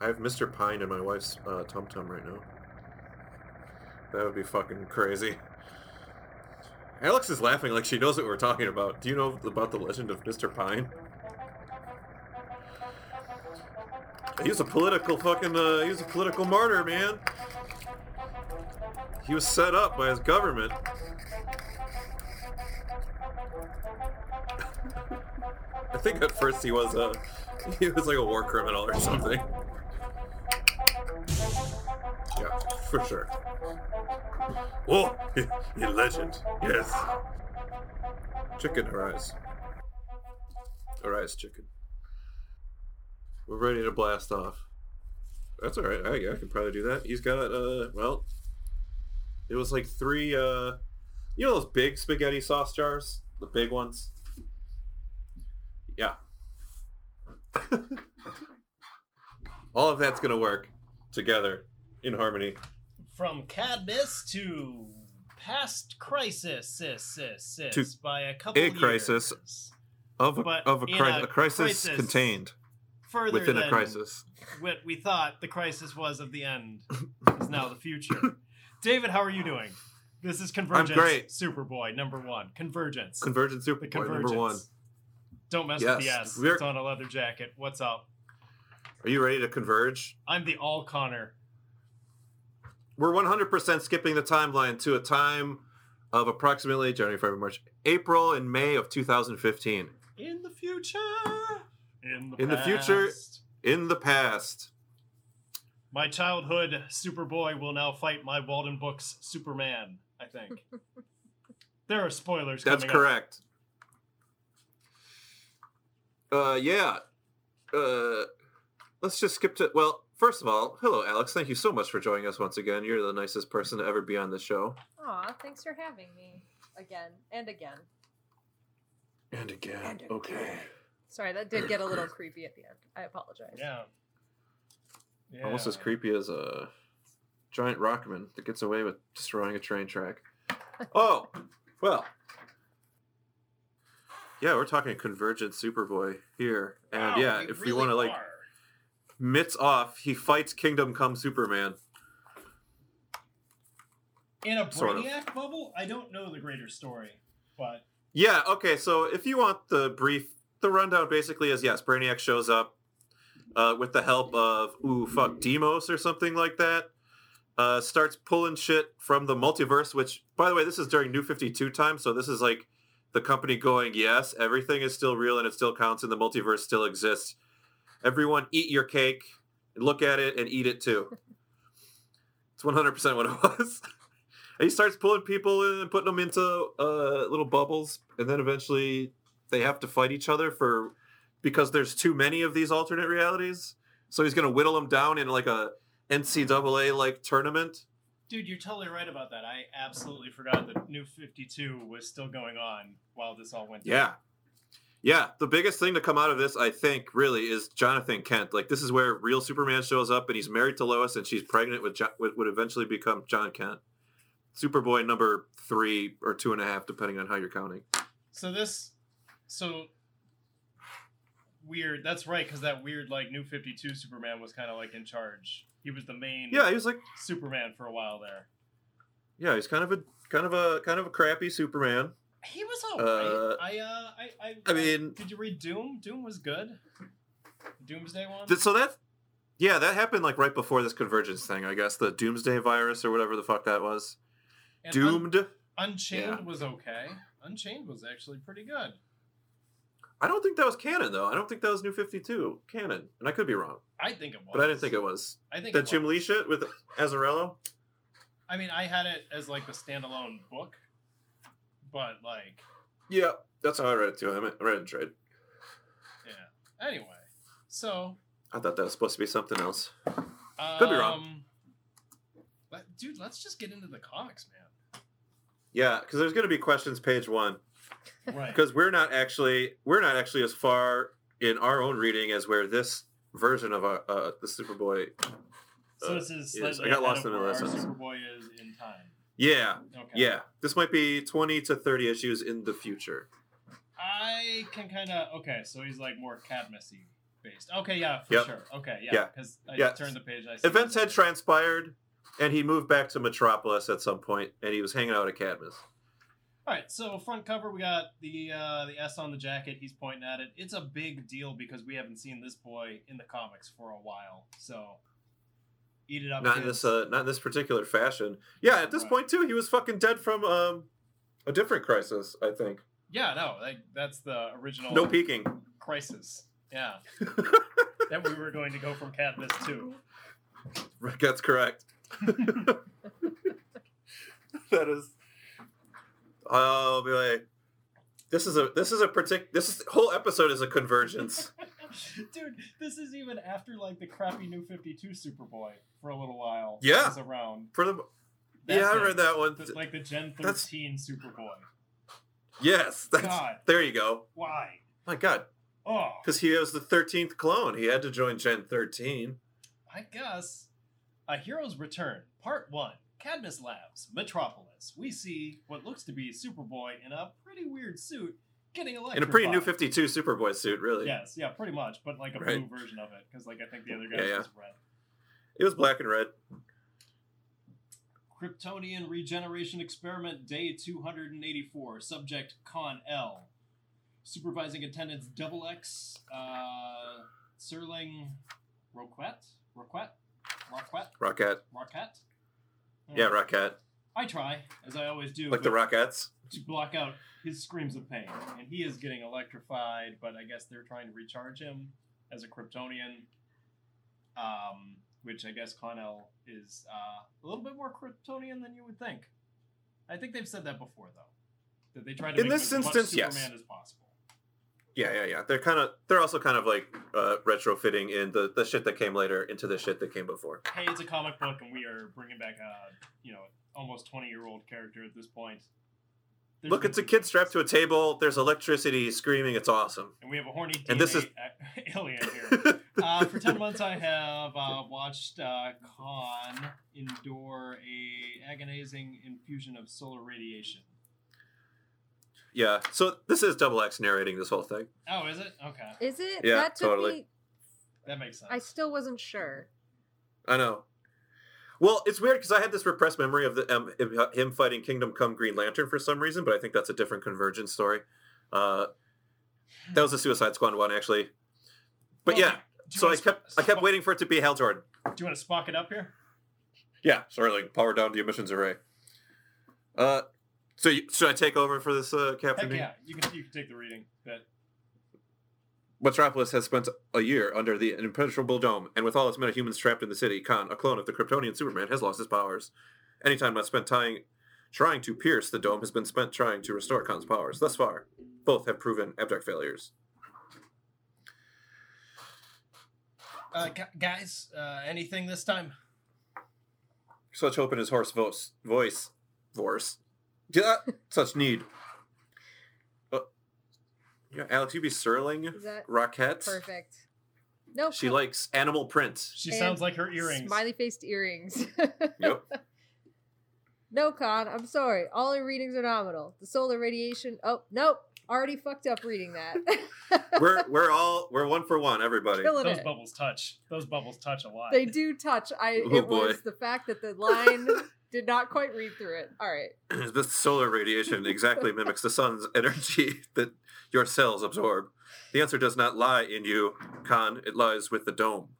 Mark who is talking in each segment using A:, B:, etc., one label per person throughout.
A: I have Mr. Pine in my wife's uh, tum tum right now. That would be fucking crazy. Alex is laughing like she knows what we're talking about. Do you know about the legend of Mr. Pine? He was a political fucking. Uh, he was a political martyr, man. He was set up by his government. I think at first he was a. He was like a war criminal or something. Yeah, for sure. Oh, you legend. Yes. Chicken arise. Arise, chicken. We're ready to blast off. That's all right. I, I could probably do that. He's got uh, well, it was like three uh, you know those big spaghetti sauce jars, the big ones. Yeah. all of that's gonna work together in harmony.
B: From Cadmus to Past Crisis sis, sis, sis,
A: To
B: by a couple
A: a
B: years.
A: crisis. Of a,
B: But
A: of a,
B: in
A: cri-
B: a
A: a crisis,
B: crisis
A: contained
B: Further
A: within
B: than
A: a crisis.
B: what we thought the crisis was of the end is now the future. David, how are you doing? This is Convergence
A: great.
B: Superboy number one. Convergence.
A: Convergent
B: the
A: Superboy
B: Convergence.
A: number one.
B: Don't mess with the
A: Yes,
B: S.
A: we're-
B: It's on a leather jacket. What's up?
A: Are you ready to converge?
B: I'm the All Connor.
A: We're 100% skipping the timeline to a time of approximately January, February, March, April, and May of 2015.
B: In the future. In the
A: In the future-
B: past.
A: In the past,
B: My childhood Superboy will now fight my Walden Books Superman, I think. there are spoilers
A: that's
B: coming
A: correct. Uh, yeah. Uh, let's just skip to. Well, first of all, hello, Alex. Thank you so much for joining us once again. You're the nicest person to ever be on this show.
C: Aw, thanks for having me again and again.
A: And again.
C: And
A: Okay.
C: Sorry, that did get a little creepy at the end. I apologize.
B: up. Yeah. yeah.
A: Almost as creepy as a giant rockman that gets away with destroying a train track. Oh, well. Yeah, we're talking convergent Superboy here. And
B: Wow,
A: yeah,
B: we
A: if
B: really
A: we want to like
B: are.
A: mitts off, he fights Kingdom Come Superman.
B: In a
A: sort of.
B: Brainiac bubble? I don't know the greater story, but
A: Yeah, okay, so if you want the brief, the rundown basically is yes, Brainiac shows up uh, with the help of, ooh, fuck, Demos or something like that. Uh, starts pulling shit from the multiverse, which, by the way, this is during New 52 time, so this is like the company going, yes, everything is still real and it still counts and the multiverse still exists. Everyone eat your cake, look at it, and eat it too. it's 100% what it was. And he starts pulling people in and putting them into uh, little bubbles, and then eventually they have to fight each other for because there's too many of these alternate realities. So he's gonna whittle them down in like a NCAA like tournament.
B: dude, you're totally right about that. I absolutely forgot that New 52 was still going on while this all went down.
A: Yeah. Yeah, the biggest thing to come out of this, I think, really is Jonathan Kent. Like, this is where real Superman shows up, and he's married to Lois, and she's pregnant with jo- what would eventually become John Kent, Superboy number three or two and a half, depending on how you're counting.
B: So this, so weird. That's right, because that weird like New Fifty Two Superman was kind of like in charge. He was the main
A: Yeah, he was like,
B: Superman for a while there.
A: yeah, he's kind of a kind of a kind of a crappy Superman.
B: He was alright.
A: Uh,
B: I, uh, I, I,
A: I mean-
B: did you read Doom? Doom was good. Doomsday one.
A: Th- so that yeah that happened like right before this convergence thing i guess the doomsday virus or whatever the fuck that was
B: And Un-
A: doomed
B: Unchained
A: yeah.
B: was okay. Unchained was actually pretty good.
A: i don't think that was canon though i don't think that was new 52 canon and i could be wrong
B: I think it was.
A: but i didn't think it was
B: I think
A: that
B: it
A: jim
B: was.
A: lee shit with azarello
B: I mean, I had it as like the standalone book, but like,
A: yeah that's how i read it too i meant- I read it in trade
B: yeah. Anyway, so
A: i thought that was supposed to be something else
B: Um,
A: Could be wrong.
B: let- dude, let's just get into the comics, man.
A: yeah because there's going to be questions page one
B: Right.
A: because we're not actually we're not actually as far in our own reading as where this version of our, uh, the superboy
B: so this is
A: uh, yes,
B: slightly
A: I got lost in
B: ahead of
A: the
B: where
A: lessons.
B: our Superboy is in time.
A: yeah
B: Okay.
A: Yeah, this might be 20 to 30 issues in the future.
B: I can kind of okay. So he's like more Cadmusy based. Okay, yeah, for
A: Yep.
B: sure. Okay, yeah,
A: Yeah.
B: because I
A: Yeah.
B: turned the page. I see
A: Events had
B: it.
A: transpired, and he moved back to Metropolis at some point, and he was hanging out at Cadmus.
B: All right, so front cover, we got the uh, the S on the jacket. He's pointing at it. It's a big deal because we haven't seen this boy in the comics for a while. So eat it up.
A: Not in
B: kids.
A: this, uh, not in this particular fashion. Yeah, at this
B: Right.
A: point too, he was fucking dead from um, a different crisis. I think.
B: yeah, no, like, that's the original
A: No peeking.
B: crisis. Yeah, that we were going to go from Cadmus to.
A: That's correct. that is. Oh boy, this is a this is a partic this is whole episode is a convergence.
B: Dude, this is even after like the crappy new Fifty Two Superboy for a little while.
A: Yeah.
B: was around.
A: For the
B: That's
A: yeah, I
B: it.
A: read that one.
B: The- like the Gen
A: That's-
B: thirteen Superboy.
A: Yes, that's
B: God.
A: there. You go.
B: Why?
A: My God,
B: Oh,
A: because he was the thirteenth clone. He had to join Gen thirteen.
B: I guess. A Hero's Return, Part 1, Cadmus Labs, Metropolis. We see what looks to be Superboy in a pretty weird suit getting electrified.
A: in a pretty new 52 Superboy suit, really.
B: Yes, yeah, pretty much, but like a
A: Right.
B: blue version of it, because like I think the other
A: Yeah,
B: guy
A: yeah.
B: was red.
A: It was black and red.
B: Kryptonian Regeneration Experiment, Day 284, Subject Con L. Supervising Attendants Double X, uh, Serling Roquette? Roquette? Roquette?
A: Rocket.
B: Roquette?
A: Yeah, Rocket.
B: I try, as I always do,
A: Like the
B: but-
A: Rockettes.
B: to block out his screams of pain. And he is getting electrified, but I guess they're trying to recharge him as a Kryptonian. Um, which I guess Connell is uh, a little bit more Kryptonian than you would think. I think they've said that before, though. That they tried to
A: In
B: make
A: this
B: him as much
A: instance, yes.
B: Superman as possible.
A: Yeah, yeah, yeah. They're kind of, they're also kind of like uh, retrofitting in the, the shit that came later into the shit that came before.
B: Hey, it's a comic book, and we are bringing back a you know almost twenty year old character at this point. There's
A: Look,
B: been
A: it's a
B: some-
A: kid strapped to a table. There's electricity screaming. It's awesome.
B: and we have a horny DNA
A: and this is-
B: a- alien here. uh, for 10 months i have uh, watched uh, khan endure a agonizing infusion of solar radiation
A: yeah. So this is Double X narrating this whole thing.
B: oh is it okay
C: Is it?
A: Yeah,
C: that took
A: totally.
C: me.
B: that makes sense
C: I still wasn't sure.
A: I know. Well, it's weird because I had this repressed memory of the, um, him- him fighting Kingdom Come Green Lantern for some reason, but I think that's a different Convergence story. Uh, that was a Suicide Squad one, actually. But
B: Well,
A: yeah,
B: do you
A: so I
B: wanna
A: kept I
B: sp-
A: kept waiting for it to be Hal Jordan.
B: do you want to spock it up here
A: Yeah, sorry, like power down the emissions array. Uh, so you, should I take over for this, uh, Captain?
B: heck
A: Bean?
B: yeah you can you can take the reading but
A: Metropolis has spent a year under the impenetrable dome, and with all its metahumans trapped in the city, Khan, a clone of the Kryptonian Superman, has lost his powers. Any time not spent tying, trying to pierce the dome has been spent trying to restore Khan's powers. Thus far, both have proven abject failures.
B: uh, gu- guys uh, anything this time
A: Such hope in his hoarse voice, voice, voice. Yeah, such need. Uh, yeah, Alex, you be Serling,
C: Is that
A: Rockette.
C: perfect? No.
A: She
C: cool.
A: likes animal print.
B: she
C: And
B: sounds like her earrings
C: Smiley faced earrings.
A: Yep.
C: no, Con, I'm sorry. All her readings are nominal. The solar radiation. Oh, nope. Already fucked up reading that.
A: we're we're all we're one for one, everybody.
C: Killing
B: those
C: it.
B: bubbles touch those bubbles touch a lot
C: They do touch. I
A: Oh,
C: it
A: boy.
C: was the fact that the line did not quite read through it. All right.
A: the solar radiation exactly mimics the sun's energy that your cells absorb. The answer does not lie in you, Khan. It lies with the dome.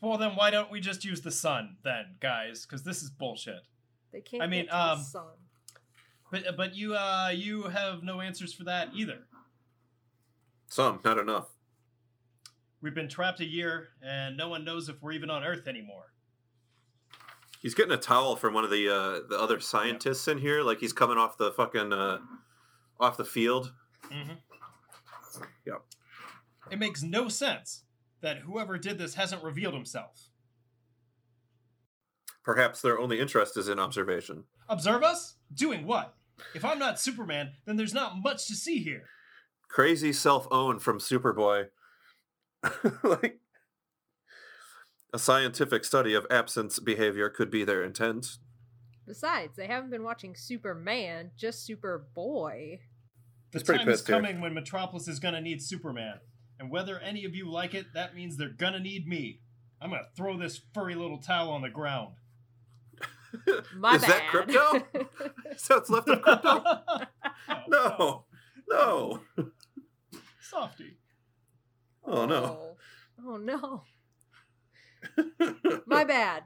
B: well then why don't we just use the sun then guys because this is bullshit
C: They can't
B: I mean,
C: get to the
B: um,
C: sun.
B: But but you uh you have no answers for that either.
A: Some, not enough.
B: We've been trapped a year, and no one knows if we're even on Earth anymore.
A: He's getting a towel from one of the uh, the other scientists in here. Like he's coming off the fucking uh, off the field.
B: Mm-hmm.
A: Yep.
B: It makes no sense that whoever did this hasn't revealed himself.
A: Perhaps their only interest is in observation.
B: Observe us doing what? If I'm not Superman, then there's not much to see here.
A: Crazy self own from Superboy. like a scientific study of absence behavior could be their intent.
C: Besides, they haven't been watching Superman, just Superboy.
B: The
A: It's pretty
B: time is
A: pissed here.
B: coming when Metropolis is gonna need Superman, and whether any of you like it, that means they're gonna need me. I'm gonna throw this furry little towel on the ground.
C: My
A: Is that
C: bad.
A: crypto? So it's left of crypto.
B: Oh,
A: No, no.
B: softy.
A: Oh no.
C: Oh no. Oh, My bad.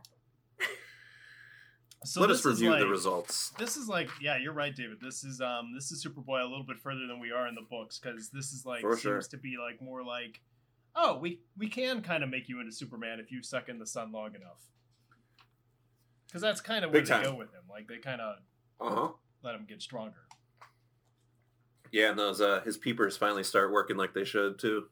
B: So
A: Let
B: this
A: us
B: is
A: review the
B: like-
A: results.
B: This is like, yeah, you're right, David. This is um, this is Superboy a little bit further than we are in the books because this is like
A: For
B: seems
A: sure.
B: to be like more like, oh, we we can kind of make you into Superman if you suck in the sun long enough. Because that's kind of where
A: Big
B: they
A: time.
B: go with him. Like they kind of
A: Uh huh.
B: let him get stronger.
A: Yeah, and those uh, his peepers finally start working like they should too.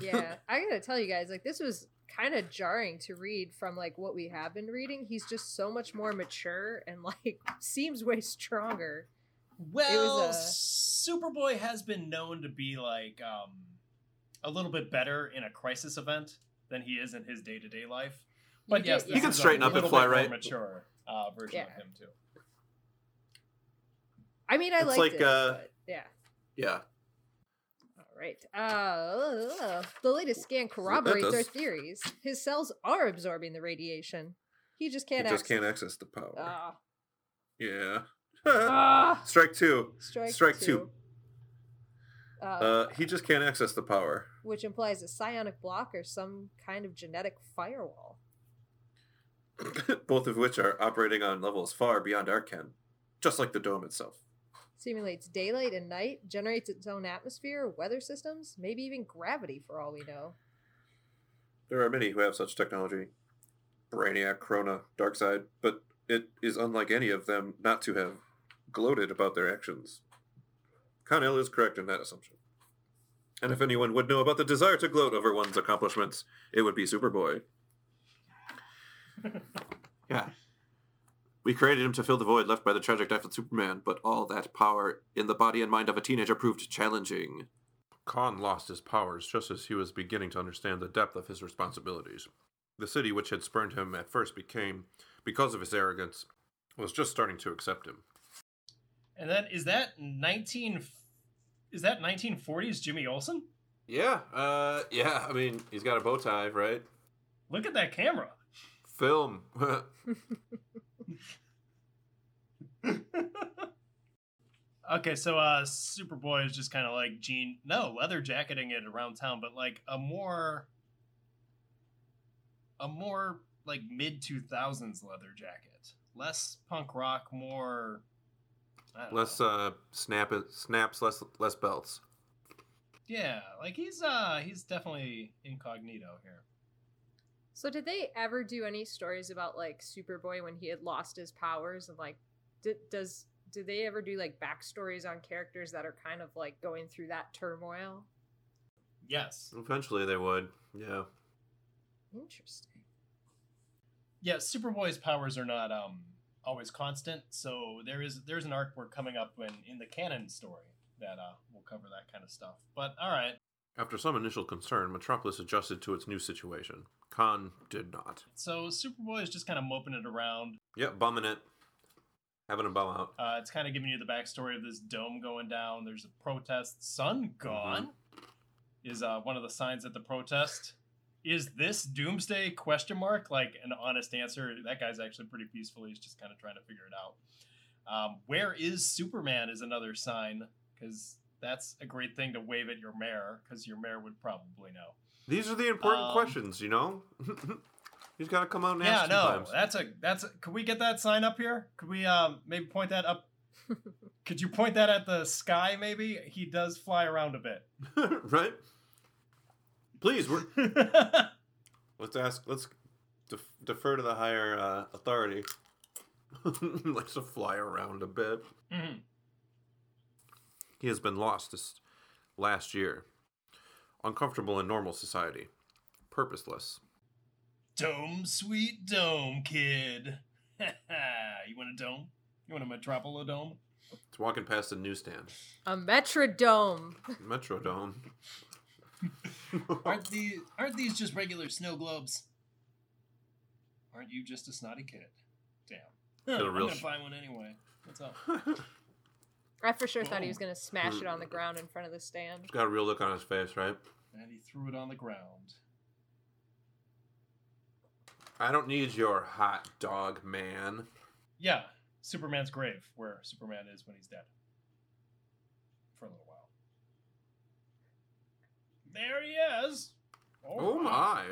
C: Yeah. I gotta tell you guys, like this was kind of jarring to read from like what we have been reading. He's just so much more mature and like seems way stronger.
B: Well,
C: a- uh,
B: Superboy has been known to be like um, a little bit better in a crisis event than he is in his day to day life. But
C: You
B: yes,
C: did-
B: this
A: You can
B: is a
A: straighten up and
B: little
A: fly
B: bit more
A: right.
B: Mature uh, version of
C: Yeah.
B: him too.
C: I mean, I
A: It's
C: liked
A: like,
C: it.
A: uh,
C: but yeah.
A: Yeah.
C: All right. Uh, the latest scan corroborates our
A: does-
C: theories. His cells are absorbing the radiation. He just can't.
A: He just
C: access-
A: can't access the power.
C: Ah.
A: yeah.
C: Ah.
A: Strike two.
C: strike.
A: Strike
C: two.
A: two.
C: Uh,
A: Uh, he just can't access the power.
C: which implies a psionic block or some kind of genetic firewall.
A: Both of which are operating on levels far beyond our ken, just like the dome itself.
C: Simulates daylight and night, generates its own atmosphere, weather systems, maybe even gravity for all we know.
A: There are many who have such technology. Brainiac, Corona, Darkseid, but it is unlike any of them not to have gloated about their actions. Connell is correct in that assumption. And if anyone would know about the desire to gloat over one's accomplishments, it would be Superboy. yeah. We created him to fill the void left by the tragic death of Superman, but all that power in the body and mind of a teenager proved challenging.
D: Khan lost his powers just as he was beginning to understand the depth of his responsibilities. The city which had spurned him at first became, because of his arrogance, was just starting to accept him.
B: And that is that nineteen. Is that nineteen forties Jimmy Olsen?
D: Yeah, uh, yeah, I mean, he's got a bow tie, right?
B: Look at that camera.
D: Film.
B: Okay, so uh Superboy is just kind of like Gene, no, leather jacketing it around town, but like a more a more like mid 2000s leather jacket. Less punk rock, more I don't
D: less
B: know.
D: uh, snap snaps, less less belts.
B: Yeah, like he's uh he's definitely incognito here.
C: So, did they ever do any stories about like Superboy when he had lost his powers and like, d- does do they ever do like backstories on characters that are kind of like going through that turmoil?
B: Yes.
D: Eventually they would. Yeah.
C: Interesting.
B: yeah superboy's powers are not um always constant so there is there's an arc we're coming up in in the canon story that uh will cover that kind of stuff but all right
D: After some initial concern, Metropolis adjusted to its new situation. Khan did not.
B: so superboy is just kind of moping it around
D: Yep, bumming it, having a bum out.
B: uh it's kind of giving you the backstory of this dome going down there's a protest sun gone is uh one of the signs at the protest is this doomsday question mark like an honest answer that guy's actually pretty peaceful he's just kind of trying to figure it out um, where is superman is another sign because that's a great thing to wave at your mayor because your mayor would probably know
D: These are the important
B: Um,
D: questions, you know. He's got to come out and
B: yeah
D: ask
B: no
D: sometimes.
B: that's a that's a, could we get that sign up here could we um maybe point that up could you point that at the sky maybe he does fly around a bit
D: right? Please, we're, let's ask. Let's def- defer to the higher uh, authority. let's just fly around a bit.
B: Mhm.
D: He has been lost this last year. Uncomfortable in normal society, purposeless.
B: Dome, sweet dome, kid. you want a dome? You want a metropolis dome?
D: It's walking past a newsstand,
C: A metrodome.
D: Metrodome.
B: Aren't these aren't these just regular snow globes? Aren't you just a snotty kid? Damn.
D: a
B: I'm
D: real
B: gonna
D: sh-
B: buy one anyway. What's up?
C: I for sure thought he
A: Oh,
C: was gonna smash it on the ground in front of the stand.
A: He's got a real look on his face, right?
B: And he threw it on the ground.
A: I don't need your hot dog, man.
B: Yeah, Superman's grave, where Superman is when he's dead. For a little while. There he is.
A: Oh my.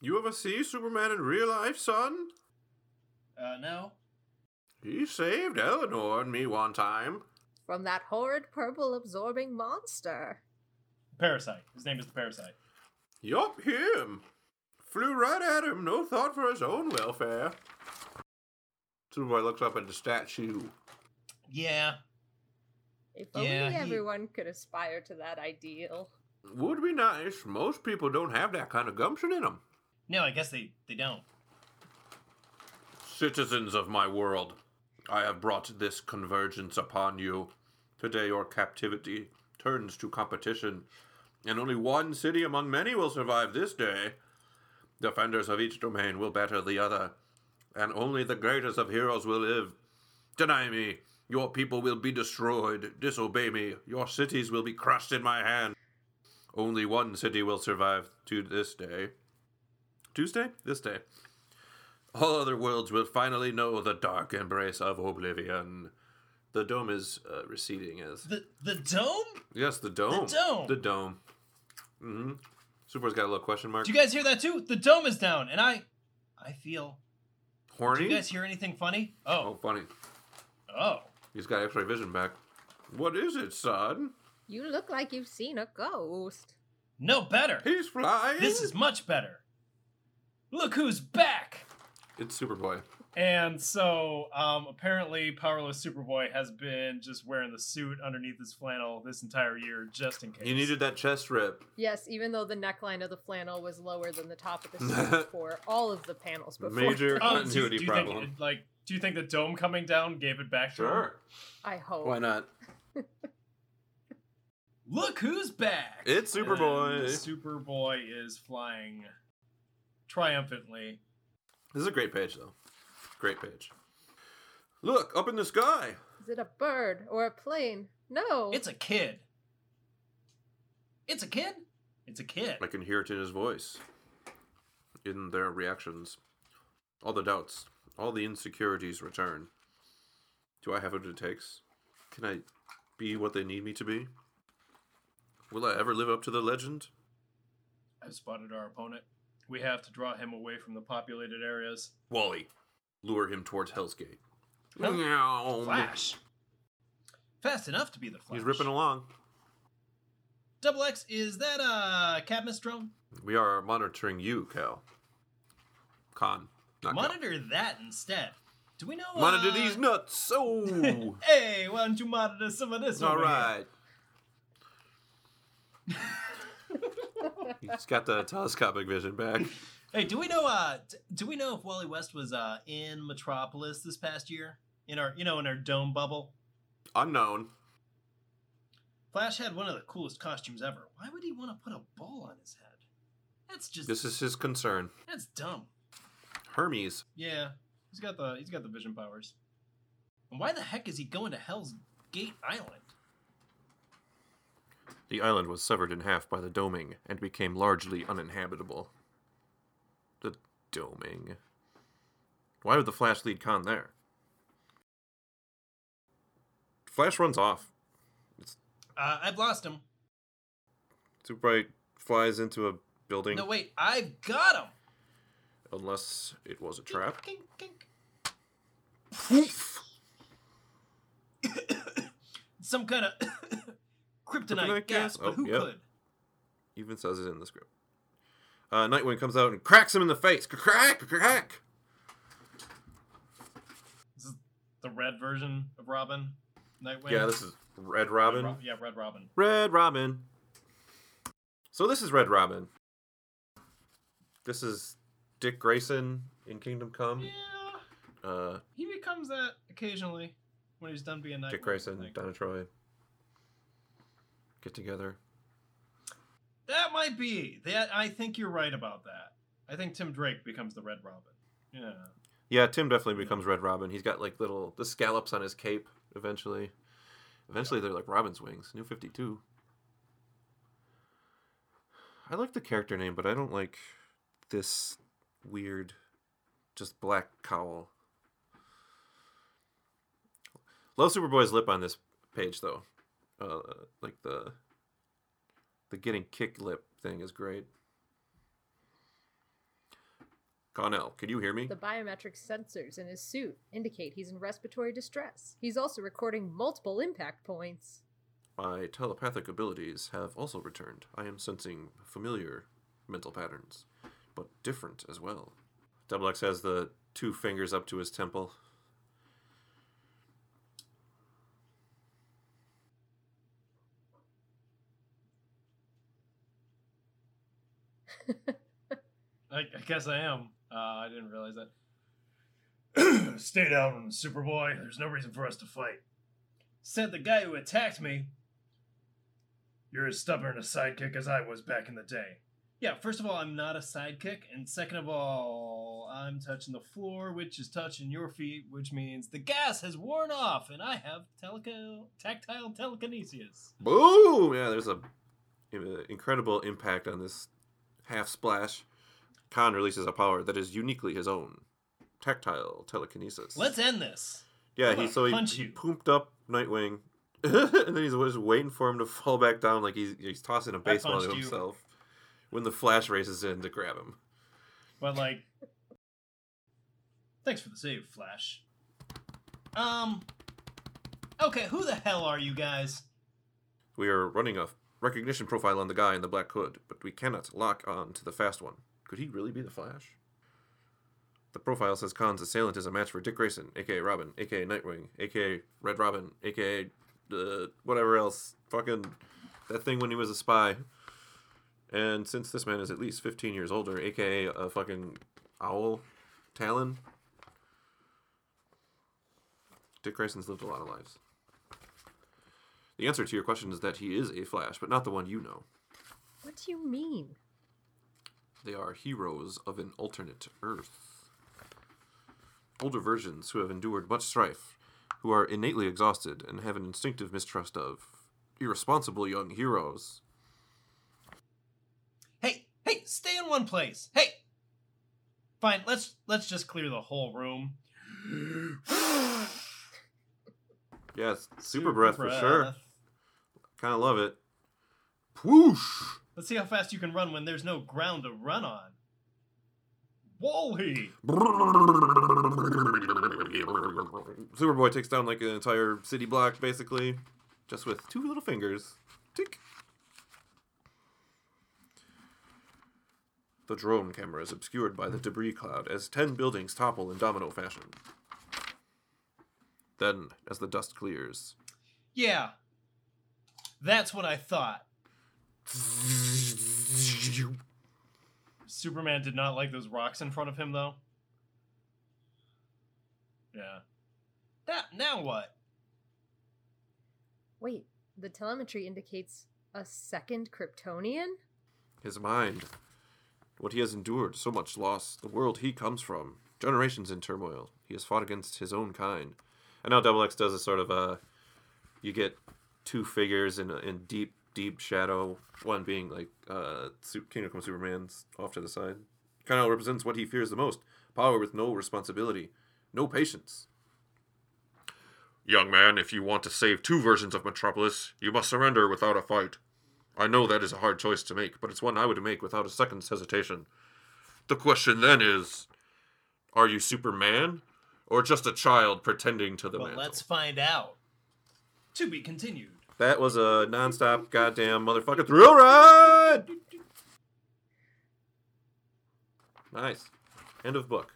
A: you ever see Superman in real life, son?
B: Uh, no.
A: He saved Eleanor and me one time.
C: From that horrid purple absorbing monster.
B: Parasite. His name is the Parasite.
A: Yup, him. Flew right at him, no thought for his own welfare. Superboy looks up at the statue.
B: Yeah.
C: If
B: Yeah,
C: only
B: he-
C: everyone could aspire to that ideal.
A: Would be nice. Most people don't have that kind of gumption in them.
B: No, I guess they, they don't.
A: Citizens of my world, I have brought this convergence upon you. Today your captivity turns to competition, and only one city among many will survive this day. Defenders of each domain will batter the other, and only the greatest of heroes will live. Deny me, your people will be destroyed. Disobey me, your cities will be crushed in my hand. Only one city will survive to this day. Tuesday? This day. All other worlds will finally know the dark embrace of oblivion. The dome is uh, receding as.
B: The the dome?
A: Yes, the dome.
B: dome.
A: The dome. hmm Super's got a little question mark.
B: Do you guys hear that too? The dome is down, and I I feel. Do
A: Horny?
B: you guys hear anything funny?
A: oh,
B: Oh,
A: funny.
B: oh.
A: He's got x-ray vision back. What is it, son?
C: You look like you've seen a ghost.
B: No better.
A: He's flying.
B: This is much better. Look who's back.
A: It's Superboy.
B: And so, um, apparently, Powerless Superboy has been just wearing the suit underneath his flannel this entire year, just in case.
A: You needed that chest rip.
C: Yes, even though the neckline of the flannel was lower than the top of the suit for all of the panels before.
A: Major
B: Oh, do you- do,
A: continuity
B: you
A: problem.
B: Think, like, do you think the dome coming down gave it back to him?
A: sure.
C: I hope.
A: Why not?
B: Look who's back!
A: It's Superboy.
B: And Superboy is flying triumphantly.
A: This is a great page, though. Great page. Look up in the sky.
C: Is it a bird or a plane? No.
B: It's a kid. It's a kid. It's a kid.
A: I can hear it in his voice, in their reactions. All the doubts, all the insecurities return. Do I have what it takes? Can I be what they need me to be? Will I ever live up to the legend?
B: I've spotted our opponent. We have to draw him away from the populated areas.
A: Wally, lure him towards Hell's Gate.
B: Huh?
A: Meow.
B: Flash. Fast enough to be the Flash.
A: He's ripping along.
B: Double X, is that a Cadmus drone?
A: We are monitoring you, Cal. Con. Not Monitor,
B: Monitor that instead. Do we know?
A: Cal. Monitor
B: uh,
A: these nuts. Oh,
B: Hey, why don't you monitor some of this?
A: it's all
B: over here?
A: right. He's got the telescopic vision back.
B: Hey, do we know? Uh, d- do we know if Wally West was uh in Metropolis this past year? In our, you know, in our dome bubble.
A: Unknown.
B: Flash had one of the coolest costumes ever. Why would he want to put a ball on his head? That's just
A: This is his concern.
B: that's dumb.
A: Hermes.
B: Yeah, he's got the he's got the vision powers. And why the heck is he going to Hell's Gate Island?
A: The island was severed in half by the doming and became largely uninhabitable. The doming. Why would the Flash lead Khan there? Flash runs off.
B: Uh, I've lost him.
A: Superbright flies into a building.
B: No, wait, I've got him.
A: Unless it was a trap.
B: Kink, kink. Some kind of kryptonite,
A: Kryptonite
B: gas,
A: gas?
B: but
A: Oh,
B: who
A: yep.
B: could?
A: Even says it in the script. Uh, Nightwing comes out and cracks him in the face. Crack, crack.
B: This is the red version of Robin, Nightwing.
A: Yeah, this is Red
B: Red
A: Robin.
B: Rob- yeah, Red Robin.
A: Red Robin. So this is Red Robin. This is Dick Grayson in Kingdom Come.
B: Yeah,
A: Uh,
B: he becomes that occasionally when he's done being Nightwing.
A: Dick
B: I
A: Grayson,
B: think.
A: Donna Troy get together.
B: That might be that. I think you're right about that. I think Tim Drake becomes the Red Robin. Yeah.
A: Yeah, Tim definitely becomes Red Robin. He's got like little the scallops on his cape. Eventually, eventually they're like Robin's wings. New Fifty Two. I like the character name, but I don't like this weird, just black cowl. Love Superboy's lip on this page though. Uh, like the the getting kicked lip thing is great. Connell, can you hear me?
C: The biometric sensors in his suit indicate he's in respiratory distress. He's also recording multiple impact points.
A: My telepathic abilities have also returned. I am sensing familiar mental patterns, but different as well. Double X has the two fingers up to his temple.
B: I, I guess I am. Uh, I didn't realize that. Stay down, Superboy. There's no reason for us to fight. Said the guy who attacked me. You're as stubborn a sidekick as I was back in the day. Yeah, first of all, I'm not a sidekick, and second of all, I'm touching the floor, which is touching your feet, which means the gas has worn off, and I have teleco- tactile telekinesis.
A: Boom! Yeah, there's a uh, incredible impact on this half splash. Khan releases a power that is uniquely his own, tactile telekinesis.
B: Let's end this.
A: yeah,
B: I'm
A: he
B: gonna
A: so he,
B: punch
A: he
B: you.
A: pooped up Nightwing, and then he's just waiting for him to fall back down like he's he's tossing a baseball to
B: punched you.
A: himself. When the Flash races in to grab him,
B: But like, thanks for the save, Flash. Um, okay, who the hell are you guys?
A: we are running a recognition profile on the guy in the black hood, but we cannot lock on to the fast one. Could he really be the Flash? The profile says Khan's assailant is a match for Dick Grayson, aka Robin, aka Nightwing, aka Red Robin, aka uh, whatever else. Fucking that thing when he was a spy. And since this man is at least 15 years older, aka a uh, fucking owl, Talon, Dick Grayson's lived a lot of lives. The answer to your question is that he is a Flash, but not the one you know.
C: What do you mean?
A: They are heroes of an alternate Earth. Older versions who have endured much strife, who are innately exhausted and have an instinctive mistrust of irresponsible young heroes.
B: Hey, hey, stay in one place. Hey. Fine, let's let's just clear the whole room.
A: Yes, super, breath, for sure.
B: breath.
A: Kind of love it. Whoosh!
B: Let's see how fast you can run when there's no ground to run on. Wally.
A: Superboy takes down like an entire city block basically, just with two little fingers. Tick. The drone camera is obscured by the debris cloud as ten buildings topple in domino fashion. Then, as the dust clears,
B: Yeah. That's what I thought. Superman did not like those rocks in front of him, though. Yeah. That now what?
C: Wait, the telemetry indicates a second Kryptonian?
A: his mind, what he has endured, so much loss, the world he comes from, generations in turmoil. He has fought against his own kind. And now Double X does a sort of uh, a, you get two figures in in deep deep shadow, one being like uh, Su- Kingdom Come Superman's off to the side. Kind of represents what he fears the most: power with no responsibility, no patience. Young man, if you want to save two versions of Metropolis, you must surrender without a fight. I know that is a hard choice to make, but it's one I would make without a second's hesitation. The question then is are you Superman or just a child pretending to the
B: well,
A: man?
B: let's find out. To be continued.
A: That was a nonstop goddamn motherfucker thrill ride. Nice. End of book.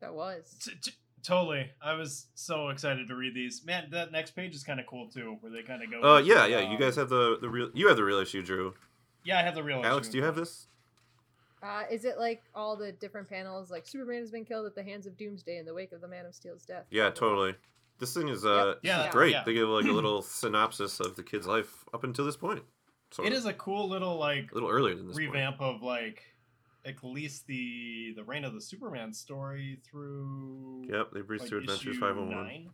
C: That was.
B: T- t- totally. I was so excited to read these. Man, that next page is kind of cool too, where they kind of go.
A: Uh,
B: into,
A: yeah, yeah. You
B: um,
A: guys have the the real. You have the real issue, Drew.
B: Yeah, I have the real.
A: Alex,
B: issue.
A: do you have this?
C: Uh, is it like all the different panels? Like Superman has been killed at the hands of Doomsday in the wake of the Man of Steel's death.
A: Yeah, totally. This thing is uh
C: Yep.
A: this
B: Yeah,
A: is
B: that-
A: great.
B: yeah.
A: They give like a little synopsis of the kid's life up until this point. So
B: It is a cool little like
A: a little earlier than this.
B: revamp of like at least the the reign of the Superman story through
A: Yep, they breezed
B: like,
A: through Adventures
B: issue
A: 501.
B: nine?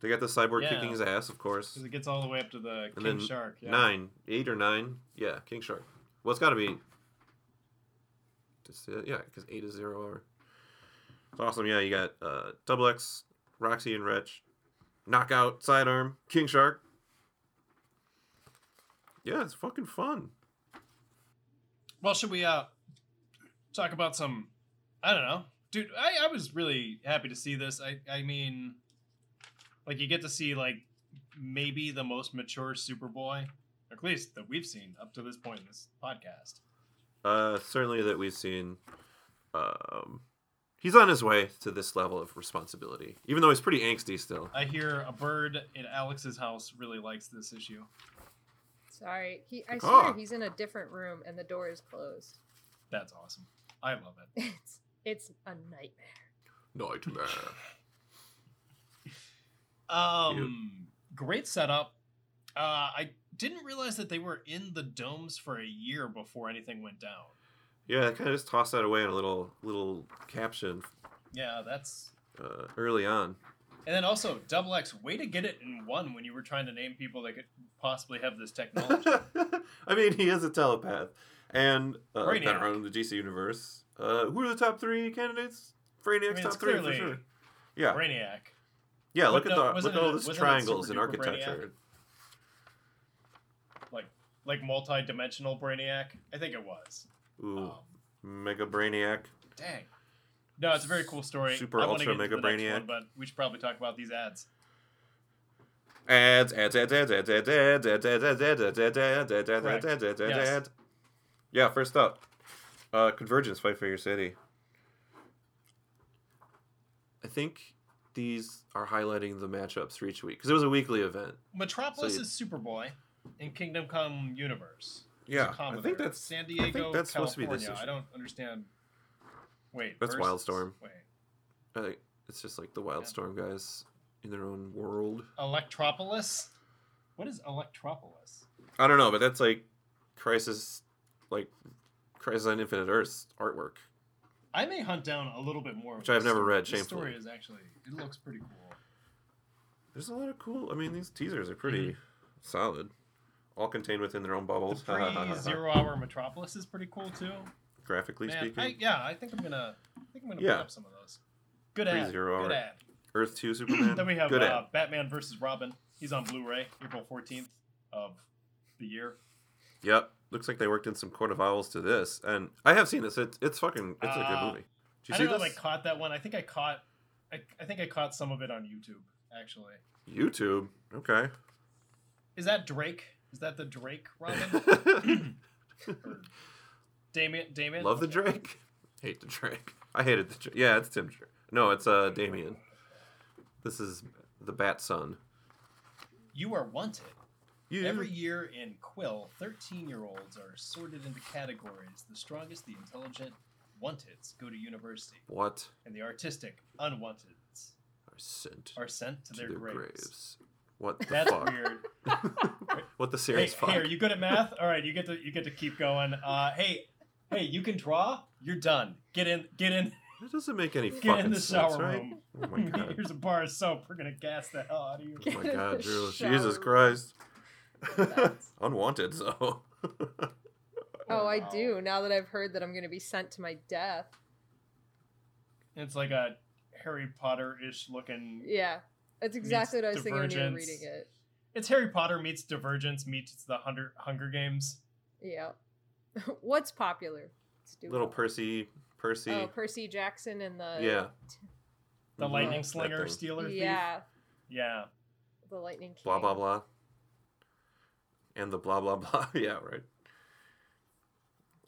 A: They got the cyborg
B: Yeah.
A: kicking his ass, of course.
B: 'Cause it gets all the way up to the
A: And
B: King
A: then
B: Shark. Yeah.
A: Nine, eight or nine. Yeah, King Shark. Well, it's got to be. Just, uh, yeah, because eight is zero over. It's awesome. Yeah, you got uh, Double X, Roxy and Wretch, Knockout, Sidearm, King Shark. Yeah, it's fucking fun.
B: Well, should we uh talk about some? I don't know, dude. I, I was really happy to see this. I I mean, like you get to see like maybe the most mature Superboy, or at least that we've seen up to this point in this podcast.
A: Uh, certainly that we've seen. Um, he's on his way to this level of responsibility, even though he's pretty angsty still.
B: I hear a bird in Alex's house really likes this issue.
C: Sorry, he. I swear
A: Oh.
C: he's in a different room and the door is closed.
B: That's awesome. I love it.
C: It's it's a nightmare.
D: Nightmare.
B: Um, great setup. Uh, I didn't realize that they were in the domes for a year before anything went down.
A: Yeah, I kind of just tossed that away in a little little caption
B: Yeah, that's
A: uh, early on.
B: And then also, Double X, way to get it in one when you were trying to name people that could possibly have this technology.
A: I mean, he is a telepath, and uh,
B: Brainiac.
A: been around in the DC universe. Uh, who are the top three candidates? Brainiac's
B: I mean, it's
A: top three for
B: clearly-
A: sure. Yeah,
B: Brainiac.
A: yeah. Look at
B: Wasn't it-
A: the look
B: wasn't
A: at all
B: it-
A: these
B: wasn't it
A: triangles and
B: Super Duper Brainiac?
A: architecture.
B: Like multi dimensional Brainiac. I think it was.
A: Ooh,
B: Um,
A: Mega Brainiac.
B: dang. No, it's a very cool story.
A: Super
B: I wanna
A: Ultra
B: get into
A: Mega
B: the next
A: Brainiac.
B: one, but we should probably talk about these ads.
A: Ads, ads, ads, ads, ads, ads, ads, ads, ads, ads, ads, ads, ads, ads, ads, ads, ads, ads,
B: Correct.
A: ads, ads, ads,
B: Yes.
A: ads. Yeah, first up, uh, Convergence: Fight for Your City. I think these are highlighting the matchups for each week because it was a weekly event.
B: Metropolis
A: So you-
B: is Superboy in Kingdom Come Universe. It's a
A: Yeah, I
B: combo
A: think
B: there.
A: that's
B: San Diego,
A: that's supposed to be
B: California.
A: this issue.
B: I don't understand. Wait.
A: That's
B: versus-
A: Wildstorm.
B: Wait.
A: I think it's just like the Wildstorm guys in their own world.
B: Electropolis? What is Electropolis?
A: I don't know, but that's like Crisis, like Crisis on Infinite Earths artwork.
B: I may hunt down a little bit more. of
A: Which I've
B: this
A: never
B: story.
A: read,
B: This
A: shamefully.
B: story is actually it looks pretty cool.
A: There's a lot of cool. I mean, these teasers are pretty solid. All contained within their own bubbles.
B: Mm-hmm. The pre-zero hour Metropolis is pretty cool too.
A: Graphically
B: Man,
A: speaking,
B: I, yeah, I think I'm gonna, I think I'm gonna
A: Yeah.
B: pick up some of those. Good ad.
A: Pre-zero
B: Good
A: hour.
B: ad.
A: Earth Two Superman.
B: Then we have
A: Good
B: uh,
A: ad.
B: Batman versus Robin. He's on Blu-ray, April 14th of the year.
A: Yep. Looks like they worked in some Court of Owls to this, and I have seen this. It's it's fucking. It's a
B: Uh,
A: good movie. Did you
B: I
A: see
B: don't know
A: this?
B: if I caught that one. I think I caught, I, I think I caught some of it on YouTube actually.
A: YouTube. Okay.
B: Is that Drake? Is that the Drake Robin? or Damien? Damien?
A: Love the
B: Okay.
A: Drake. Hate the Drake. I hated the Drake. Yeah, it's Tim Drake. No, it's uh Damien. This is the Bat Son.
B: You are wanted.
A: You
B: Every year in Quill, 13 year olds are sorted into categories. The strongest, the intelligent, wanteds go to university,
A: what
B: and the artistic, unwanteds,
A: are sent
B: are sent to,
A: to
B: their,
A: their
B: graves.
A: graves? What the
B: That's
A: fuck?
B: weird.
A: What the
B: hey,
A: serious fuck?
B: hey, are you good at math? All right, you get to you get to keep going. Uh, hey, hey, you can draw. You're done. Get in, get in,
A: That doesn't make any
B: get
A: fucking
B: in the
A: sense,
B: shower
A: right?
B: room.
A: Oh my god.
B: Here's a bar of soap. We're gonna gas the hell out of you.
A: Oh my god, Drew.
C: Shower
A: Jesus
C: room.
A: Christ.
C: That's-
A: Unwanted, so.
C: Oh, I
B: Wow.
C: do. Now that I've heard that I'm going to be sent to my death.
B: It's like a Harry Potter ish looking
C: Yeah, that's exactly what I was thinking when you were
B: Divergence.
C: reading it.
B: It's Harry Potter meets Divergence meets the Hunger, Hunger Games.
C: Yeah. What's popular? Stupid.
A: Little Percy. Percy.
C: Oh, uh, Percy Jackson and the
A: yeah.
B: The
A: Mhm.
B: Lightning
A: That
B: Slinger,
A: thing.
B: Stealer Thief.
C: yeah,
B: Yeah.
C: the Lightning King.
A: Blah, blah, blah. And the blah, blah, blah. yeah, right.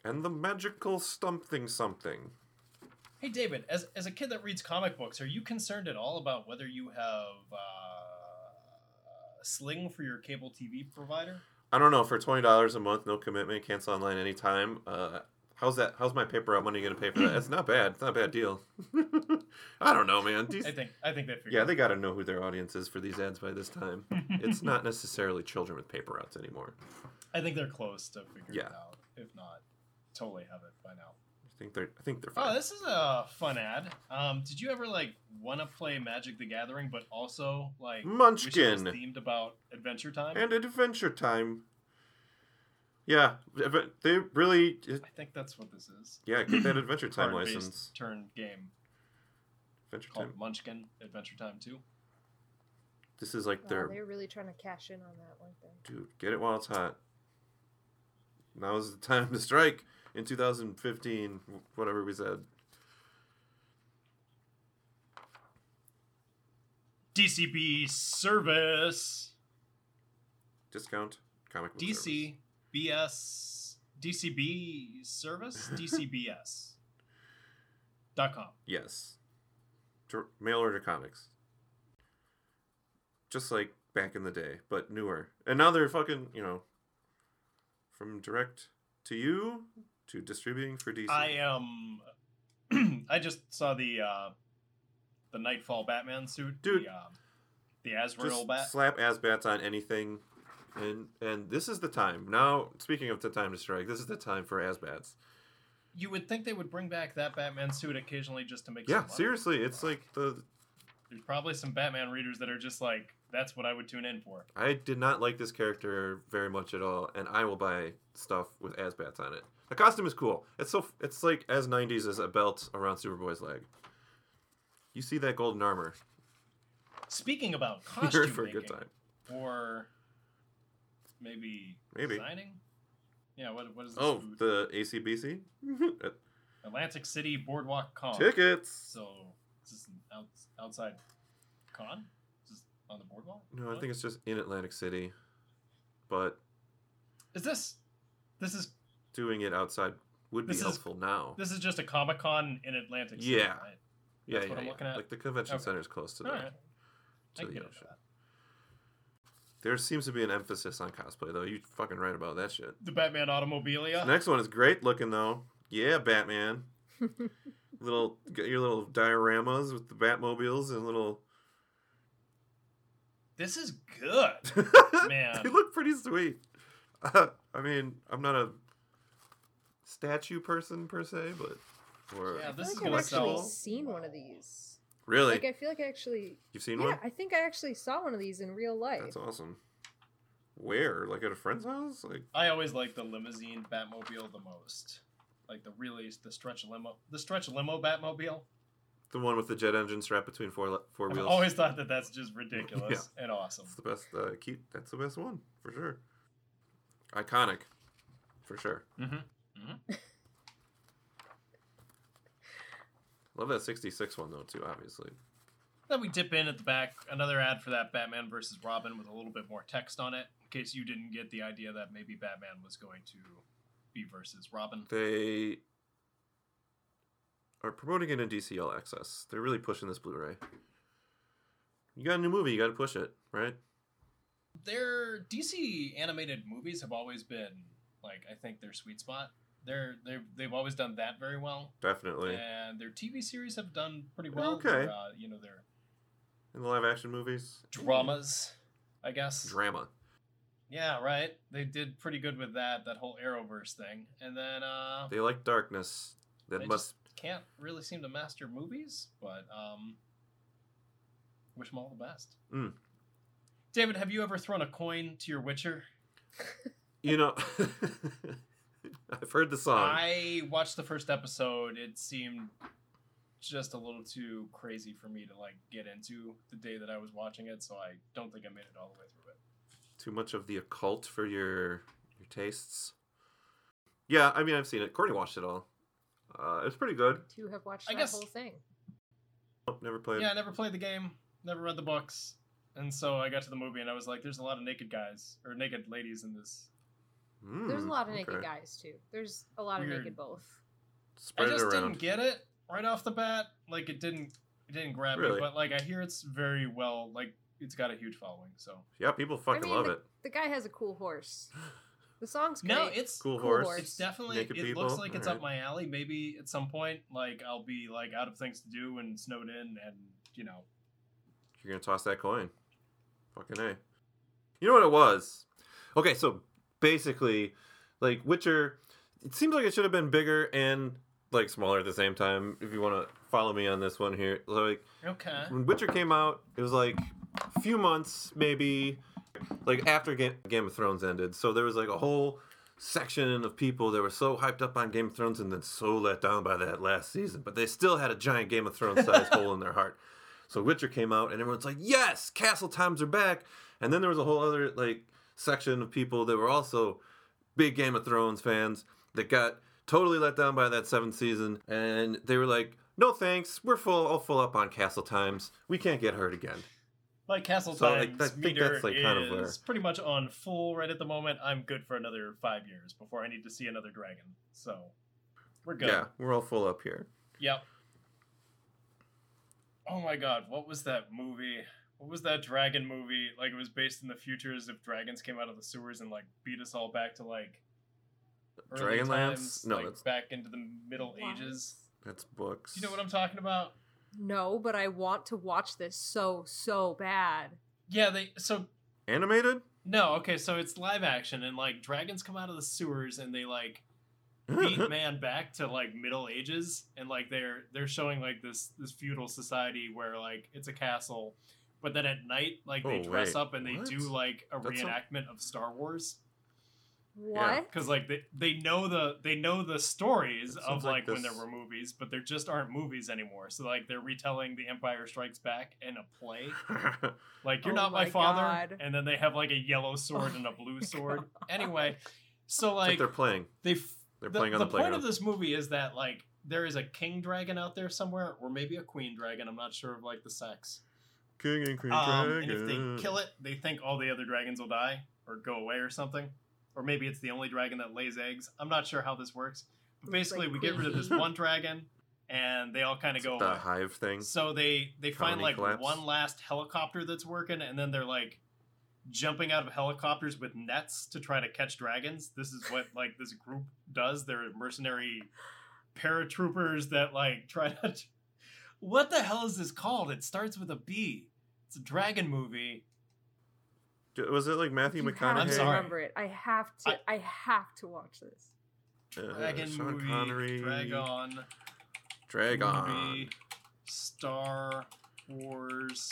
A: And the magical something something.
B: Hey, David, as, as a kid that reads comic books, are you concerned at all about whether you have uh, Sling for your cable TV provider?
A: I don't know. For twenty dollars a month, no commitment, cancel online anytime. Uh, how's that? How's my paper out money going to pay for that? It's not bad. It's not a bad deal. I don't know, man. These,
B: I think I think that
A: yeah,
B: figured.
A: they got to know who their audience is for these ads by this time. It's not necessarily children with paper outs anymore.
B: I think they're close to figuring
A: Yeah.
B: it out. If not, totally have it by now.
A: I think they're. I think they're
B: Oh,
A: fine.
B: this is a fun ad. Um, did you ever like want to play Magic the Gathering, but also like wish it was
A: Munchkin.
B: themed about Adventure Time?
A: and Adventure Time. Yeah, but they really.
B: I think that's what this is.
A: Yeah, get that Adventure Time
B: Card-based
A: license.
B: turn game
A: Adventure
B: called
A: Time.
B: Munchkin Adventure Time Two.
A: This is like
C: Wow,
A: their
C: they're really trying to cash in on that, weren't they?
A: dude. Get it while it's hot. Now is the time to strike. In 2015, wh- whatever we said.
B: DCB service.
A: Discount comic book service.
B: DCBS DCB service DCBS dot com.
A: Yes. Dr- mail order comics. Just like back in the day, but newer. And now they're fucking, you know, from direct to you to distributing for DC.
B: I um, I just saw the uh, the Nightfall Batman suit,
A: Dude.
B: The, um, the Azrael
A: Just
B: bat.
A: slap asbats on anything. And and this is the time. Now, speaking of the time to strike, this is the time for asbats.
B: you would think they would bring back that Batman suit occasionally just to make. some
A: Yeah,
B: money.
A: seriously, it's like the
B: There's probably some Batman readers that are just like, that's what I would tune in for.
A: I did not like this character very much at all, and I will buy stuff with asbats on it. The costume is cool. It's so it's like as '90s as a belt around Superboy's leg. You see that golden armor?
B: Speaking about costume
A: You're in for a
B: making,
A: good time.
B: or maybe
A: Maybe.
B: designing. Yeah, what what is this?
A: Oh,
B: food?
A: the ACBC Uh,
B: Atlantic City Boardwalk Con.
A: tickets.
B: So is this an out, outside con? Is this on the boardwalk?
A: No, I
B: What?
A: think it's just in Atlantic City, but
B: Is this this is
A: doing it outside would be
B: This is-
A: helpful now.
B: this is just a Comic Con in Atlantic City,
A: Yeah.
B: right?
A: yeah,
B: that's
A: yeah,
B: what I'm
A: yeah.
B: looking at.
A: Like the convention
B: Okay.
A: center is close to the,
B: Alright. I
A: to
B: can
A: the
B: get into
A: ocean.
B: that.
A: There seems to be an emphasis on cosplay, though. You fucking right about that shit.
B: The Batman Automobilia.
A: Next one is great looking though. Yeah, Batman. little got your little dioramas with the Batmobiles and little.
B: This is good. Man.
A: they look pretty sweet. Uh, I mean, I'm not a statue person per se, but or
B: Yeah, this
C: I
B: is
C: feel
B: gonna
C: like I've actually
B: sell.
C: seen one of these.
A: really.
C: Like I feel like I actually
A: You've seen
C: yeah,
A: one?
C: I think I actually saw one of these in real life.
A: That's awesome. Where? Like at a friend's house? Like
B: I always like the limousine Batmobile the most. Like the really the stretch limo, the stretch limo Batmobile.
A: the one with the jet engine strapped between four le- four
B: I've
A: wheels.
B: always thought that that's just ridiculous and awesome.
A: That's the best. Uh, cute. That's the best one for sure. Iconic, for sure.
B: Mm-hmm.
A: Love that '66 one though too. Obviously.
B: Then we dip in at the back, another ad for that Batman versus Robin with a little bit more text on it, in case you didn't get the idea that maybe Batman was going to be versus Robin.
A: They are promoting it in DCL Access. They're really pushing this Blu-ray. You got a new movie, you got to push it, right?
B: Their DC animated movies have always been like I think their sweet spot. They're they they've always done that very well,
A: Definitely.
B: and their TV series have done pretty well.
A: Okay.
B: Their, uh, you know their
A: In the live-action movies,
B: dramas, I guess.
A: drama.
B: yeah, right. They did pretty good with that that whole Arrowverse thing, and then uh,
A: They like darkness. That
B: They
A: must.
B: can't really seem to master movies, but um, wish them all the best.
A: Mm.
B: David, have you ever thrown a coin to your Witcher?
A: You know. I've heard the song.
B: I watched the first episode. It seemed just a little too crazy for me to like get into the day that I was watching it, so I don't think I made it all the way through it.
A: Too much of the occult for your your tastes. Yeah, I mean, I've seen it. Courtney watched it all. Uh, it's pretty good.
C: to have watched
B: I
C: that
B: guess-
C: whole thing.
A: Never played.
B: Yeah, I never played the game, never read the books, and so I got to the movie and I was like, "There's a lot of naked guys or naked ladies in this."
A: Mm,
C: There's a lot of naked
A: okay.
C: guys too. There's a lot of
B: Weird.
C: naked both.
A: Spread
B: I just
A: it around.
B: didn't get it right off the bat. Like it didn't it didn't grab me,
A: Really?
B: but like I hear it's very well like it's got a huge following. So
A: Yeah, people fucking
C: mean,
A: love
C: the-
A: it.
C: The guy has a cool horse. The song's great.
B: no, it's
A: Cool,
C: Cool
A: horse.
C: horse.
B: it's definitely
A: Naked
B: it
A: people?
B: looks like it's up
A: Alright.
B: my alley. Maybe at some point like I'll be like out of things to do and snowed in and you know
A: You're gonna toss that coin. Fucking a. You know what it was? Okay, so basically, like Witcher, it seems like it should have been bigger and like smaller at the same time. If you want to follow me on this one here, like
B: Okay.
A: when Witcher came out, it was like a few months maybe, like after Game, Game of Thrones ended. So there was like a whole section of people that were so hyped up on Game of Thrones and then so let down by that last season, but they still had a giant Game of Thrones sized hole in their heart. So Witcher came out and everyone's like, "Yes, Castle times are back." And then there was a whole other like section of people that were also big Game of Thrones fans that got totally let down by that seventh season, and they were like, "No thanks, we're full, all full up on Castle Times. We can't get hurt again."
B: Like Castle
A: So, like,
B: Times
A: I think
B: meter
A: that's, like,
B: is
A: kind of where-
B: pretty much on full right at the moment. I'm good for another five years before I need to see another dragon. So we're good.
A: Yeah, we're all full up here.
B: Yep. Oh my god, what was that movie? What was that dragon movie? Like it was based in the future as if dragons came out of the sewers and like beat us all back to like early
A: Dragonlance?
B: times,
A: No,
B: like,
A: that's-
B: back into the Middle Ages.
A: That's books.
B: Do you know what I'm talking about?
C: No, but I want to watch this so so bad.
B: Yeah, they so
A: Animated?
B: no, okay, so it's live action and like dragons come out of the sewers and they like beat man back to like middle ages and like they're they're showing like this this feudal society where like it's a castle but then at night like they
A: Oh,
B: dress
A: wait,
B: up and they
A: what?
B: do like a
A: That's so-
B: reenactment of star wars
C: What?
B: because like they, they know the they know the stories
A: That
B: of
A: sounds
B: like,
A: like
B: when there
A: this-
B: were movies but there just aren't movies anymore so like they're retelling the empire strikes back in a play like you're
C: Oh
B: not my,
C: my
B: father
C: God.
B: and then they have like a yellow sword
C: Oh
B: and a
C: my
B: blue sword anyway so
A: It's like
B: like
A: they're playing.
B: they f-
A: They're playing on the,
B: point of
A: playground.
B: this movie is that like there is a king dragon out there somewhere, or maybe a queen dragon. I'm not sure of like the sex.
A: King and Queen
B: Um,
A: Dragon.
B: and if they kill it, they think all the other dragons will die or go away or something, or maybe it's the only dragon that lays eggs. I'm not sure how this works. But
C: It's
B: basically,
C: like
B: we get rid of this
C: queen bee.
B: one dragon, and they all kind of go
A: the
B: away.
A: hive thing.
B: So they they find
A: Colony
B: like
A: collapse.
B: one last helicopter that's working, and then they're like jumping out of helicopters with nets to try to catch dragons. This is what like this group does. They're mercenary paratroopers that like try to. What the hell is this called? It starts with a B. It's a dragon movie.
A: D- Was it like Matthew
C: You
A: McConaughey?
C: have to
B: I'm sorry.
C: remember it. I have to. I, have to watch this.
A: Uh,
B: Dragon
A: Sean
B: movie.
A: Connery.
B: Dragon.
A: Dragon.
B: Movie. Star Wars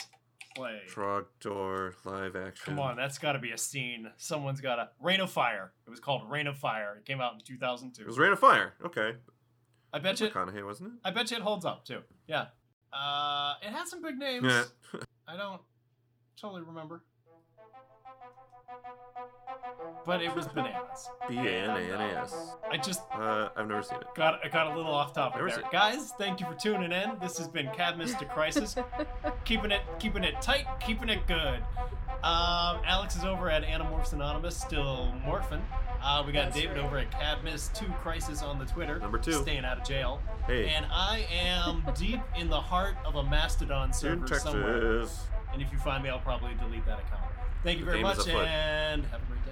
B: play.
A: Trogdor live action.
B: Come on, that's got to be a scene. Someone's got a Rain of Fire. It was called Rain of Fire. It came out in
A: It was
B: 2002.
A: Rain of Fire. Okay.
B: I bet you.
A: McConaughey, wasn't
B: I bet you it holds up too. Yeah. Uh, it had some big
A: it?
B: names.
A: Yeah.
B: I don't totally remember. But it was bananas.
A: B-A-N-A-N-A-S.
B: I just
A: Uh, I've never seen it.
B: got I got a little off topic
A: There was
B: there.
A: it.
B: Guys, thank you for tuning in. This has been Cadmus to Crisis. keeping it keeping it tight, keeping it good. Um, Alex is over at Animorphs Anonymous, still morphin. Uh, we got
C: That's
B: David
C: right.
B: over at Cadmus Two Crisis on the Twitter,
A: Number two.
B: staying out of jail.
A: Hey,
B: And I am deep in the heart of a Mastodon
A: in
B: server
A: Texas.
B: somewhere. And if you find me, I'll probably delete that account. Thank you
A: The
B: very
A: game is
B: much,
A: afoot.
B: and have a great day.